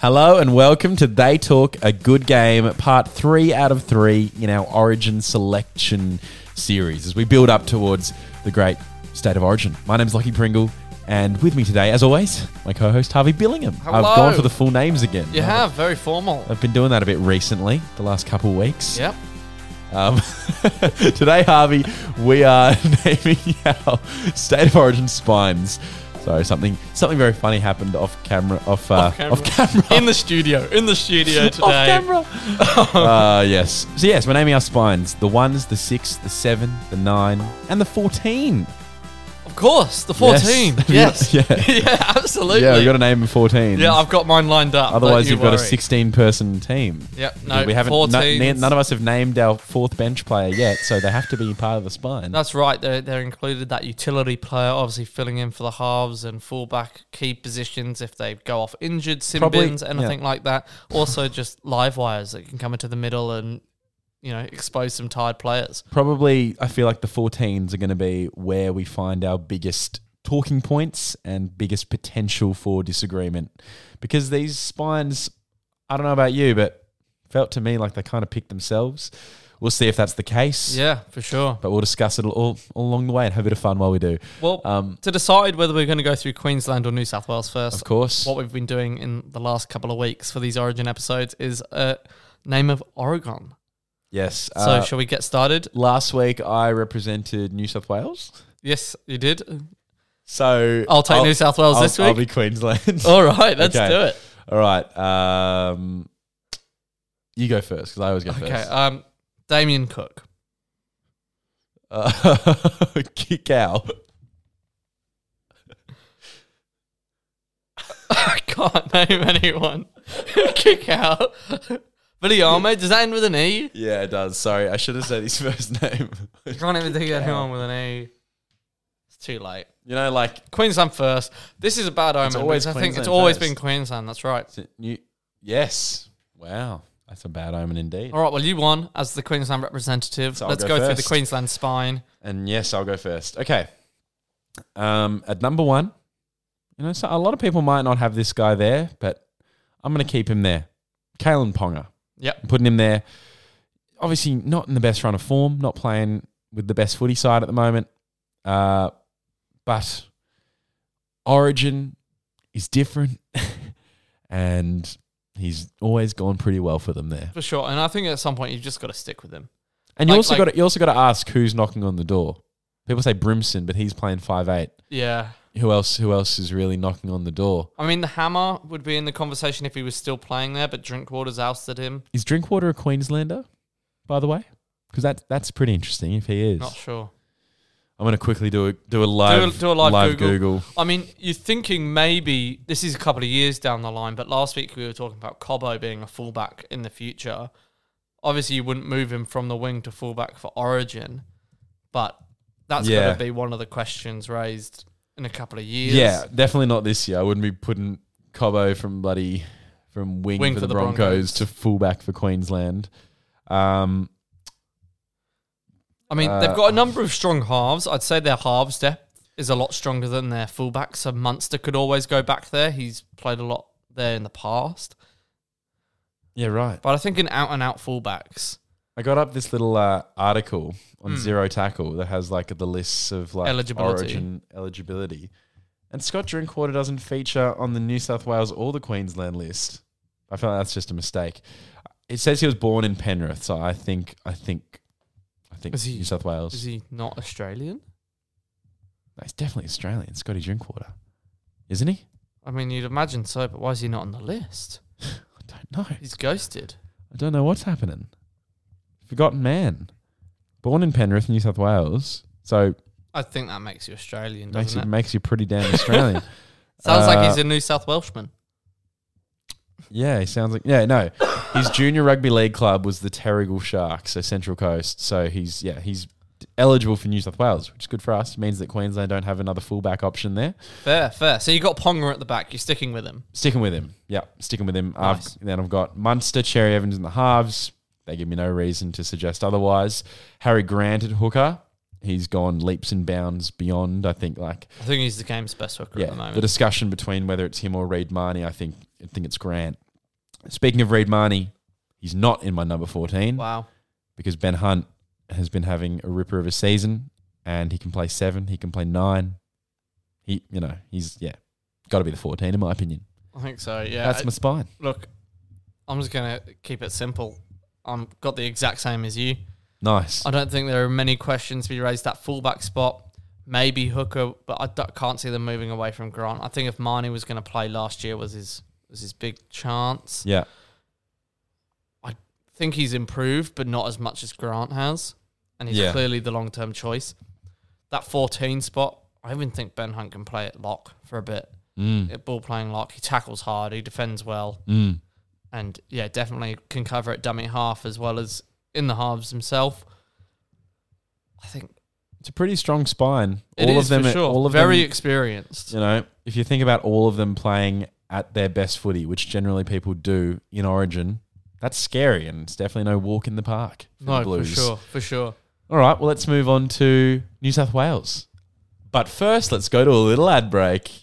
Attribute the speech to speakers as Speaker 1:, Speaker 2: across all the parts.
Speaker 1: Hello and welcome to They Talk a Good Game, part three out of three in our Origin selection series as we build up towards the great state of Origin. My name's Lockie Pringle, and with me today, as always, my co host Harvey Billingham. I've
Speaker 2: Hello.
Speaker 1: gone for the full names again.
Speaker 2: You have very formal.
Speaker 1: I've been doing that a bit recently, the last couple of weeks.
Speaker 2: Yep.
Speaker 1: Um, today, Harvey, we are naming our state of origin spines. Sorry, something something very funny happened off camera. Off, uh,
Speaker 2: Off camera.
Speaker 1: Off camera.
Speaker 2: In the studio. In the studio today.
Speaker 1: uh, yes. So yes, we're naming our spines: the ones, the six, the seven, the nine, and the fourteen.
Speaker 2: Of course. The 14.
Speaker 1: Yes.
Speaker 2: Yes.
Speaker 1: Yeah.
Speaker 2: yeah, absolutely.
Speaker 1: Yeah, we got to name them fourteen.
Speaker 2: Yeah, I've got mine lined up.
Speaker 1: Otherwise,
Speaker 2: Don't you
Speaker 1: you've got a
Speaker 2: worry.
Speaker 1: sixteen-person team.
Speaker 2: Yep,
Speaker 1: Because
Speaker 2: no,
Speaker 1: we haven't. no-
Speaker 2: 14s.
Speaker 1: ne- none of us have named our fourth bench player yet, so they have to be part of the spine.
Speaker 2: That's right. They're, they're included that utility player, obviously filling in for the halves and fullback key positions if they go off injured, sin
Speaker 1: Probably,
Speaker 2: bins,
Speaker 1: yeah.
Speaker 2: anything like that. Also, just live wires that can come into the middle and, you know, expose some tired players.
Speaker 1: Probably, I feel like the 14s are going to be where we find our biggest talking points and biggest potential for disagreement. Because these spines, I don't know about you, but felt to me like they kind of picked themselves. We'll see if that's the case.
Speaker 2: Yeah, for sure.
Speaker 1: But we'll discuss it all, all along the way and have a bit of fun while we do.
Speaker 2: Well,
Speaker 1: Um,
Speaker 2: to decide whether we're going to go through Queensland or New South Wales first,
Speaker 1: Of course.
Speaker 2: what we've been doing in the last couple of weeks for these Origin episodes is a name of Oregon.
Speaker 1: Yes.
Speaker 2: So,
Speaker 1: uh,
Speaker 2: shall we get started?
Speaker 1: last week, I represented New South Wales.
Speaker 2: Yes, you did.
Speaker 1: So
Speaker 2: I'll take New South Wales
Speaker 1: I'll-
Speaker 2: this
Speaker 1: I'll
Speaker 2: week.
Speaker 1: be Queensland.
Speaker 2: All right, let's
Speaker 1: Okay.
Speaker 2: do it.
Speaker 1: All right. Um, you go first because I always go
Speaker 2: Okay,
Speaker 1: first.
Speaker 2: um, Damien Cook,
Speaker 1: Uh, kick out.
Speaker 2: I can't name anyone. Kick out. Viliame, does that end with an E?
Speaker 1: Yeah, it does. Sorry, I should have said his first name.
Speaker 2: I can't even think of anyone with an E. It's too late.
Speaker 1: you know, like
Speaker 2: Queensland first. This is a bad omen.
Speaker 1: always
Speaker 2: because I think it's
Speaker 1: Queensland
Speaker 2: always
Speaker 1: first.
Speaker 2: been Queensland. That's right.
Speaker 1: is it new. Yes. Wow, that's a bad omen indeed.
Speaker 2: All right. Well, you won as the Queensland representative.
Speaker 1: So I'll
Speaker 2: Let's
Speaker 1: go
Speaker 2: go, through the
Speaker 1: first.
Speaker 2: Queensland spine.
Speaker 1: And yes, I'll go first. Okay. Um, at number one, you know, so a lot of people might not have this guy there, but I'm going to keep him there. Kalen Ponga.
Speaker 2: Yep.
Speaker 1: I'm putting him there. Obviously, not in the best run of form, not playing with the best footy side at the moment. Uh, but Origin is different, and he's always gone pretty well for them there.
Speaker 2: For sure. And I think at some point you've just got to stick with him.
Speaker 1: And you
Speaker 2: Like-
Speaker 1: also
Speaker 2: like-
Speaker 1: got to, you also got to ask who's knocking on the door. People say Brimson, but he's playing five eight.
Speaker 2: Yeah.
Speaker 1: Who else? Who else is really knocking on the door?
Speaker 2: I mean, the hammer would be in the conversation if he was still playing there, but Drinkwater's ousted him.
Speaker 1: Is Drinkwater a Queenslander, by the way? Because that that's pretty interesting. If he is,
Speaker 2: Not sure.
Speaker 1: I'm going to quickly do a do a live
Speaker 2: do a live Google.
Speaker 1: Google.
Speaker 2: I mean, you're thinking maybe this is a couple of years down the line, but last week we were talking about Cobbo being a fullback in the future. Obviously, you wouldn't move him from the wing to fullback for Origin, but that's
Speaker 1: Yeah.
Speaker 2: going to be one of the questions raised in a couple of years.
Speaker 1: Yeah, definitely not this year. I wouldn't be putting Cobo from bloody from wing, for, the, Broncos, to fullback for Queensland. Um,
Speaker 2: I mean,
Speaker 1: Uh,
Speaker 2: they've got a number of strong halves. I'd say their halves depth is a lot stronger than their fullback. So Munster could always go back there. He's played a lot there in the past.
Speaker 1: yeah, right.
Speaker 2: But I think in out and out fullbacks,
Speaker 1: I got up this little uh, article on Zero Tackle that has like the lists of like
Speaker 2: Hmm. Eligibility.
Speaker 1: origin eligibility, and Scott Drinkwater doesn't feature on the New South Wales or the Queensland list. I feel like that's just a mistake. It says he was born in Penrith, so I think I think I think
Speaker 2: Is he-
Speaker 1: New South Wales.
Speaker 2: is he not Australian?
Speaker 1: No, he's definitely Australian, Scotty Drinkwater, isn't he?
Speaker 2: I mean, you'd imagine so, but why is he not on the list?
Speaker 1: I don't know.
Speaker 2: He's ghosted.
Speaker 1: I don't know what's happening. Forgotten man, born in Penrith, New South Wales, so
Speaker 2: I think that makes you Australian,
Speaker 1: makes
Speaker 2: doesn't
Speaker 1: you
Speaker 2: it?
Speaker 1: makes you pretty damn Australian.
Speaker 2: Sounds
Speaker 1: Uh,
Speaker 2: like he's a New South Welshman.
Speaker 1: Yeah, he sounds like yeah. No, his junior rugby league club was the Terrigal Sharks, so Central Coast. So he's yeah he's eligible for New South Wales, which is good for us. means that Queensland don't have another fullback option there.
Speaker 2: Fair, fair. So you got Ponga at the back. You're sticking with him.
Speaker 1: Sticking with him, yeah, sticking with him. I've-
Speaker 2: Nice.
Speaker 1: then I've got Munster, Cherry Evans in the halves. They give me no reason to suggest otherwise. Harry Grant at hooker. He's gone leaps and bounds beyond. I think like
Speaker 2: I think he's the game's best hooker at the moment.
Speaker 1: discussion between whether it's him or Reid Marnie, I think I think it's Grant. Speaking of Reid Marnie, he's not in my number fourteen
Speaker 2: wow.
Speaker 1: because Ben Hunt has been having a ripper of a season, and he can play seven, he can play nine. He, you know, he's yeah, got to be the fourteen in my opinion.
Speaker 2: I think so. Yeah.
Speaker 1: That's my spine.
Speaker 2: Look, I'm just gonna keep it simple. I'm got the exact same as you.
Speaker 1: Nice.
Speaker 2: I don't think there are many questions to be raised at fullback spot. Maybe hooker, but I d- can't see them moving away from Grant. I think if Marnie was going to play last year was his was his big chance.
Speaker 1: Yeah,
Speaker 2: I think he's improved, but not as much as Grant has, and he's
Speaker 1: Yeah.
Speaker 2: clearly the long term choice. That 14 spot, I even think Ben Hunt can play at lock for a bit.
Speaker 1: Mm.
Speaker 2: At ball playing lock, he tackles hard, he defends well, and yeah, definitely can cover at dummy half as well as in the halves himself. I think
Speaker 1: it's a pretty strong spine.
Speaker 2: it is
Speaker 1: all of them,
Speaker 2: for
Speaker 1: are-
Speaker 2: sure.
Speaker 1: all of
Speaker 2: Very
Speaker 1: them,
Speaker 2: experienced.
Speaker 1: you know, if you think about all of them playing at their best footy, which generally people do in Origin, that's scary, and it's definitely no walk in the park. For the
Speaker 2: No, for
Speaker 1: Blues.
Speaker 2: sure, for sure.
Speaker 1: All right, well, let's move on to New South Wales. But first, let's go to a little ad break.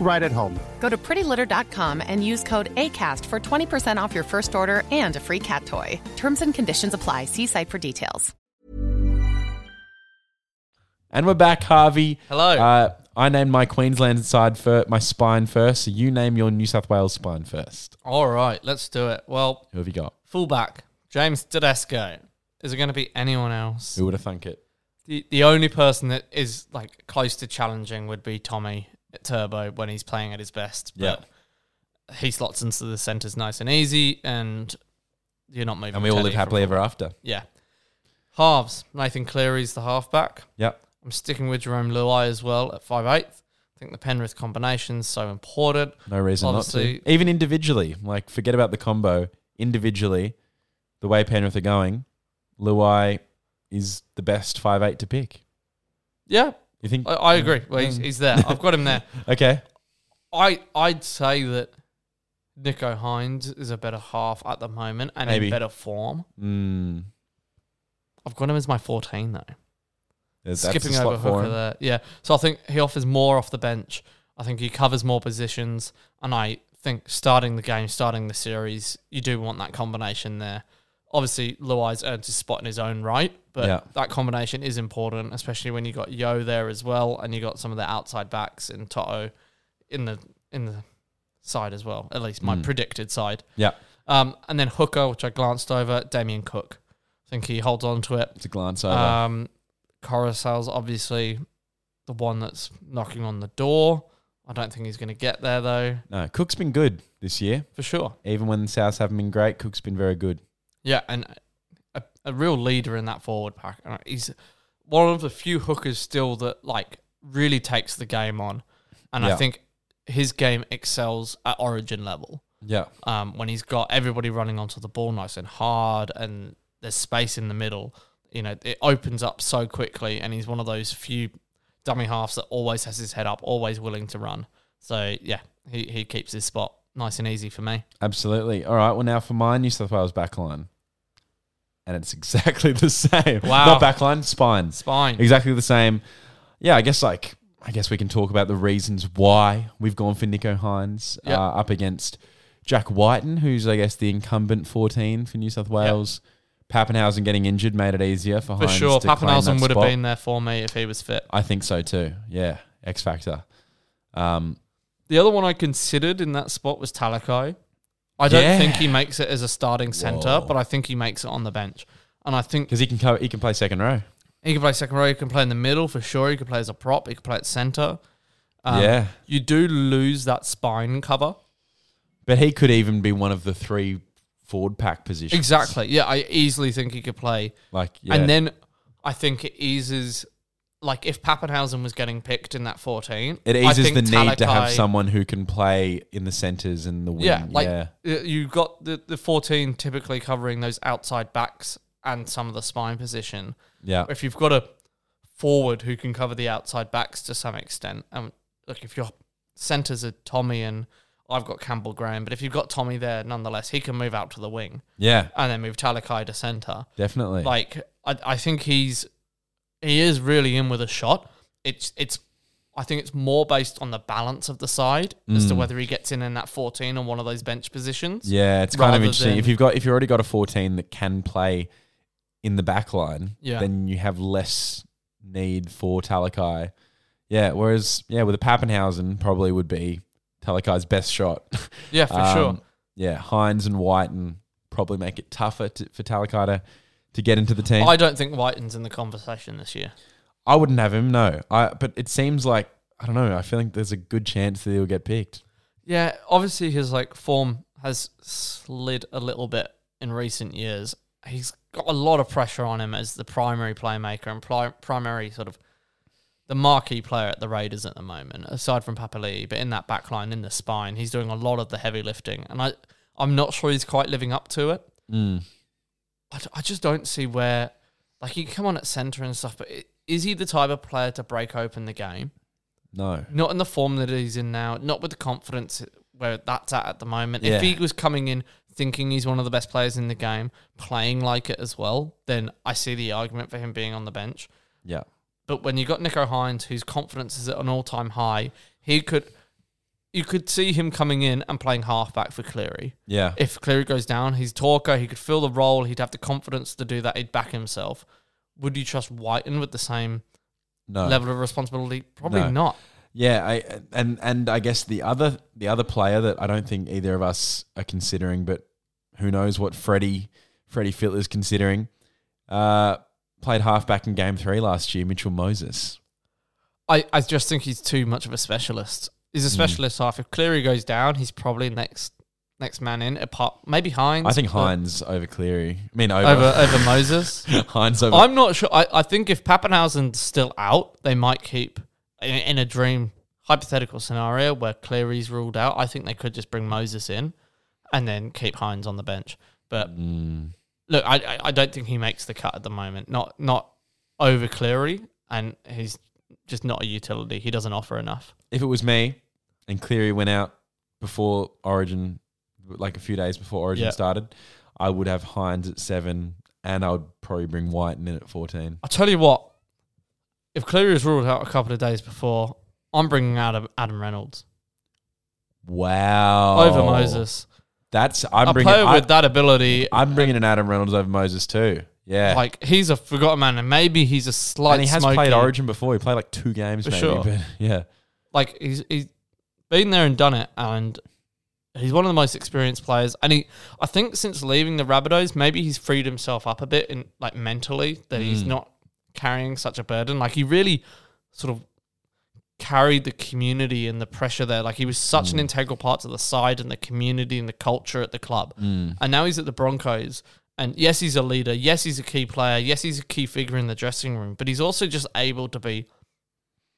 Speaker 3: right at home.
Speaker 4: Go to prettylitter.com and use code ACAST for 20% off your first order and a free cat toy. Terms and conditions apply. See site for details.
Speaker 1: And we're back, Harvey.
Speaker 2: Hello.
Speaker 1: Uh, I named my Queensland side for my spine first, so you name your New South Wales spine first.
Speaker 2: All right, let's do it. Well,
Speaker 1: Who have you got?
Speaker 2: fullback James Tedesco. Is it going to be anyone else?
Speaker 1: Who would have thunk it?
Speaker 2: The the only person that is like close to challenging would be Tommy at Turbo when he's playing at his best.
Speaker 1: Yeah.
Speaker 2: But he slots into the centres nice and easy, and you're not moving.
Speaker 1: And we all
Speaker 2: Teddy
Speaker 1: live
Speaker 2: from-
Speaker 1: happily ever after.
Speaker 2: Yeah. Halves. Nathan Cleary's the halfback.
Speaker 1: Yep.
Speaker 2: I'm sticking with Jerome Luai as well at five eighth. I think the Penrith combination is so important.
Speaker 1: No reason
Speaker 2: Obviously-
Speaker 1: not to. Even individually, like forget about the combo. Individually, the way Penrith are going, Luai is the best five eight to pick.
Speaker 2: Yeah,
Speaker 1: You think?
Speaker 2: I, I agree. Well, he's, he's there. I've got him there.
Speaker 1: Okay.
Speaker 2: I I'd say that Nico Hines is a better half at the moment and
Speaker 1: Maybe.
Speaker 2: in better form.
Speaker 1: Mm,
Speaker 2: I've got him as my 14 though.
Speaker 1: that's a
Speaker 2: Skipping
Speaker 1: slot
Speaker 2: over
Speaker 1: for
Speaker 2: Hooker
Speaker 1: him.
Speaker 2: there. Yeah. So I think he offers more off the bench. I think he covers more positions and I think starting the game, starting the series, you do want that combination there. Obviously, Luai's earned his spot in his own right, but
Speaker 1: Yeah.
Speaker 2: that combination is important, especially when you got Yo there as well, and you got some of the outside backs and Toto in the in the side as well. At least my
Speaker 1: Hmm.
Speaker 2: predicted side.
Speaker 1: Yeah.
Speaker 2: Um, and then hooker, which I glanced over, Damien Cook. I think he holds on to it.
Speaker 1: It's a glance over.
Speaker 2: Um, Corosel's obviously the one that's knocking on the door. I don't think he's going to get there though,
Speaker 1: no, Cook's been good this year.
Speaker 2: for sure.
Speaker 1: Even when the Souths haven't been great, Cook's been very good.
Speaker 2: Yeah, and a, a real leader in that forward pack. And he's one of the few hookers still that like really takes the game on, and
Speaker 1: Yeah.
Speaker 2: I think his game excels at Origin level.
Speaker 1: Yeah.
Speaker 2: um, when he's got everybody running onto the ball nice and hard and there's space in the middle. You know, it opens up so quickly, and he's one of those few dummy halves that always has his head up, always willing to run. So, yeah, he, he keeps his spot nice and easy for me.
Speaker 1: Absolutely. All right. Well, now for my New South Wales backline, and it's exactly the same.
Speaker 2: Wow.
Speaker 1: Not backline, spine.
Speaker 2: Spine.
Speaker 1: Exactly the same. Yeah, I guess like I guess we can talk about the reasons why we've gone for Nico Hines
Speaker 2: Yep.
Speaker 1: uh, up against Jack Whiten, who's I guess the incumbent 14 for New South Wales. Pappenhausen getting injured made it easier for,
Speaker 2: For
Speaker 1: Hines
Speaker 2: sure,
Speaker 1: to claim that
Speaker 2: Pappenhausen would have
Speaker 1: spot.
Speaker 2: been there for me if he was fit.
Speaker 1: I think so too. Yeah, X Factor. Um,
Speaker 2: The other one I considered in that spot was Talakai. I don't
Speaker 1: Yeah.
Speaker 2: think he makes it as a starting centre,
Speaker 1: Whoa.
Speaker 2: but I think he makes it on the bench. And I think
Speaker 1: because he can co- he can play second row.
Speaker 2: he can play second row, he can play in the middle for sure, he can play as a prop, he can play at centre. Um,
Speaker 1: Yeah.
Speaker 2: You do lose that spine cover.
Speaker 1: But he could even be one of the three forward pack positions.
Speaker 2: Exactly. Yeah, I easily think he could play.
Speaker 1: Like, yeah.
Speaker 2: And then I think it eases, like if Pappenhausen was getting picked in that 14,
Speaker 1: it
Speaker 2: I
Speaker 1: eases
Speaker 2: think
Speaker 1: the need to have
Speaker 2: Talakai-
Speaker 1: someone who can play in the centres and the wing.
Speaker 2: Yeah, like
Speaker 1: yeah.
Speaker 2: uh, you've got the, the 14 typically covering those outside backs and some of the spine position.
Speaker 1: Yeah.
Speaker 2: If you've got a forward who can cover the outside backs to some extent, and look, if your centres are Tommy and I've got Campbell Graham, but if you've got Tommy there, nonetheless, he can move out to the wing
Speaker 1: yeah,
Speaker 2: and then move Talakai to centre.
Speaker 1: definitely.
Speaker 2: Like, I, I think he's he is really in with a shot. It's it's I think it's more based on the balance of the side as to whether he gets in in that 14 on one of those bench positions.
Speaker 1: yeah, it's kind of
Speaker 2: rather
Speaker 1: interesting.
Speaker 2: than-
Speaker 1: if you've got if you've already got a 14 that can play in the back line,
Speaker 2: Yeah.
Speaker 1: then you have less need for Talakai. Yeah, whereas yeah, with a Pappenhausen probably would be Talakai's best shot.
Speaker 2: Yeah, for
Speaker 1: Um,
Speaker 2: sure.
Speaker 1: Yeah, Hines and Whiten probably make it tougher to, for Talakai to, to get into the team.
Speaker 2: I don't think Whiten's in the conversation this year.
Speaker 1: I wouldn't have him, no. I but it seems like I don't know. I feel like there's a good chance that he'll get picked.
Speaker 2: Yeah, obviously his like form has slid a little bit in recent years. He's got a lot of pressure on him as the primary playmaker and pri- primary sort of the marquee player at the Raiders at the moment, aside from Papali, but in that back line, in the spine, he's doing a lot of the heavy lifting, and I I'm not sure he's quite living up to it. I, d- I just don't see where like he can come on at centre and stuff, but i- is he the type of player to break open the game?
Speaker 1: No.
Speaker 2: not in the form that he's in now, not with the confidence where that's at at the moment. If
Speaker 1: Yeah.
Speaker 2: he was coming in thinking he's one of the best players in the game, playing like it as well, then I see the argument for him being on the bench.
Speaker 1: Yeah.
Speaker 2: But when you got Nico Hines, whose confidence is at an all-time high, he could you could see him coming in and playing halfback for Cleary.
Speaker 1: Yeah.
Speaker 2: If Cleary goes down, he's talker, he could fill the role, he'd have the confidence to do that, he'd back himself. Would you trust Whiten with the same
Speaker 1: no.
Speaker 2: level of responsibility? Probably
Speaker 1: No.
Speaker 2: not.
Speaker 1: Yeah, I and and I guess the other the other player that I don't think either of us are considering, but who knows what Freddie Freddie Fittler's considering. Uh played halfback in game three last year, Mitchell Moses.
Speaker 2: I, I just think he's too much of a specialist. He's
Speaker 1: Hmm.
Speaker 2: a specialist half. If Cleary goes down, he's probably next next man in. Apart maybe Hines.
Speaker 1: I think
Speaker 2: but-
Speaker 1: Hines over Cleary. I mean
Speaker 2: over
Speaker 1: over,
Speaker 2: over Moses.
Speaker 1: Hines over
Speaker 2: I'm not sure. I, I think if Pappenhausen's still out, they might keep in, in a dream hypothetical scenario where Cleary's ruled out. I think they could just bring Moses in and then keep Hines on the bench. But
Speaker 1: Hmm.
Speaker 2: look, I I- I don't think he makes the cut at the moment. Not not over Cleary, and he's just not a utility. He doesn't offer enough.
Speaker 1: if it was me and Cleary went out before Origin, like a few days before Origin
Speaker 2: Yeah.
Speaker 1: started, I would have Hines at seven and I would probably bring Whiten in at 14.
Speaker 2: I tell you what, if Cleary was ruled out a couple of days before, I'm bringing out Adam- Adam Reynolds
Speaker 1: Wow.
Speaker 2: over Moses.
Speaker 1: That's, Oh, I'm
Speaker 2: a
Speaker 1: bringing,
Speaker 2: player
Speaker 1: I,
Speaker 2: with that ability,
Speaker 1: am bringing an Adam Reynolds over Moses too. Yeah.
Speaker 2: like he's a forgotten man, and maybe he's a slight.
Speaker 1: and he has
Speaker 2: smoky-
Speaker 1: played Origin before. He played like two games
Speaker 2: For
Speaker 1: maybe.
Speaker 2: sure.
Speaker 1: But yeah.
Speaker 2: Like he's he's been there and done it, and he's one of the most experienced players. And he, I think, since leaving the Rabbitohs, maybe he's freed himself up a bit in like mentally that he's
Speaker 1: Hmm.
Speaker 2: not carrying such a burden. Like he really sort of carried the community and the pressure there. Like he was such an integral part to the side and the community and the culture at the club. And now he's at the Broncos. And yes, he's a leader. Yes, he's a key player. Yes, he's a key figure in the dressing room. But he's also just able to be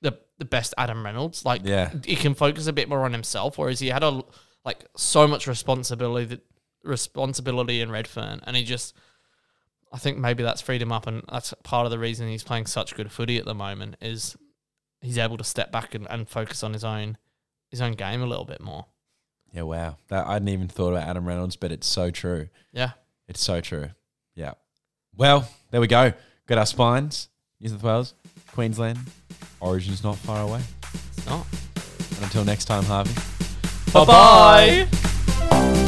Speaker 2: the the best Adam Reynolds. Like
Speaker 1: Yeah.
Speaker 2: he can focus a bit more on himself, whereas he had a like so much responsibility that responsibility in Redfern, and he just. I think maybe that's freed him up, and that's part of the reason he's playing such good footy at the moment. Is he's able to step back and, and focus on his own his own game a little bit more.
Speaker 1: Yeah. Wow. That, I hadn't even thought about Adam Reynolds, but it's so true.
Speaker 2: Yeah.
Speaker 1: It's so true. Yeah. Well, there we go. Got our spines. New South Wales, Queensland. Origin's not far away.
Speaker 2: It's not.
Speaker 1: And until next time, Harvey.
Speaker 2: Bye bye.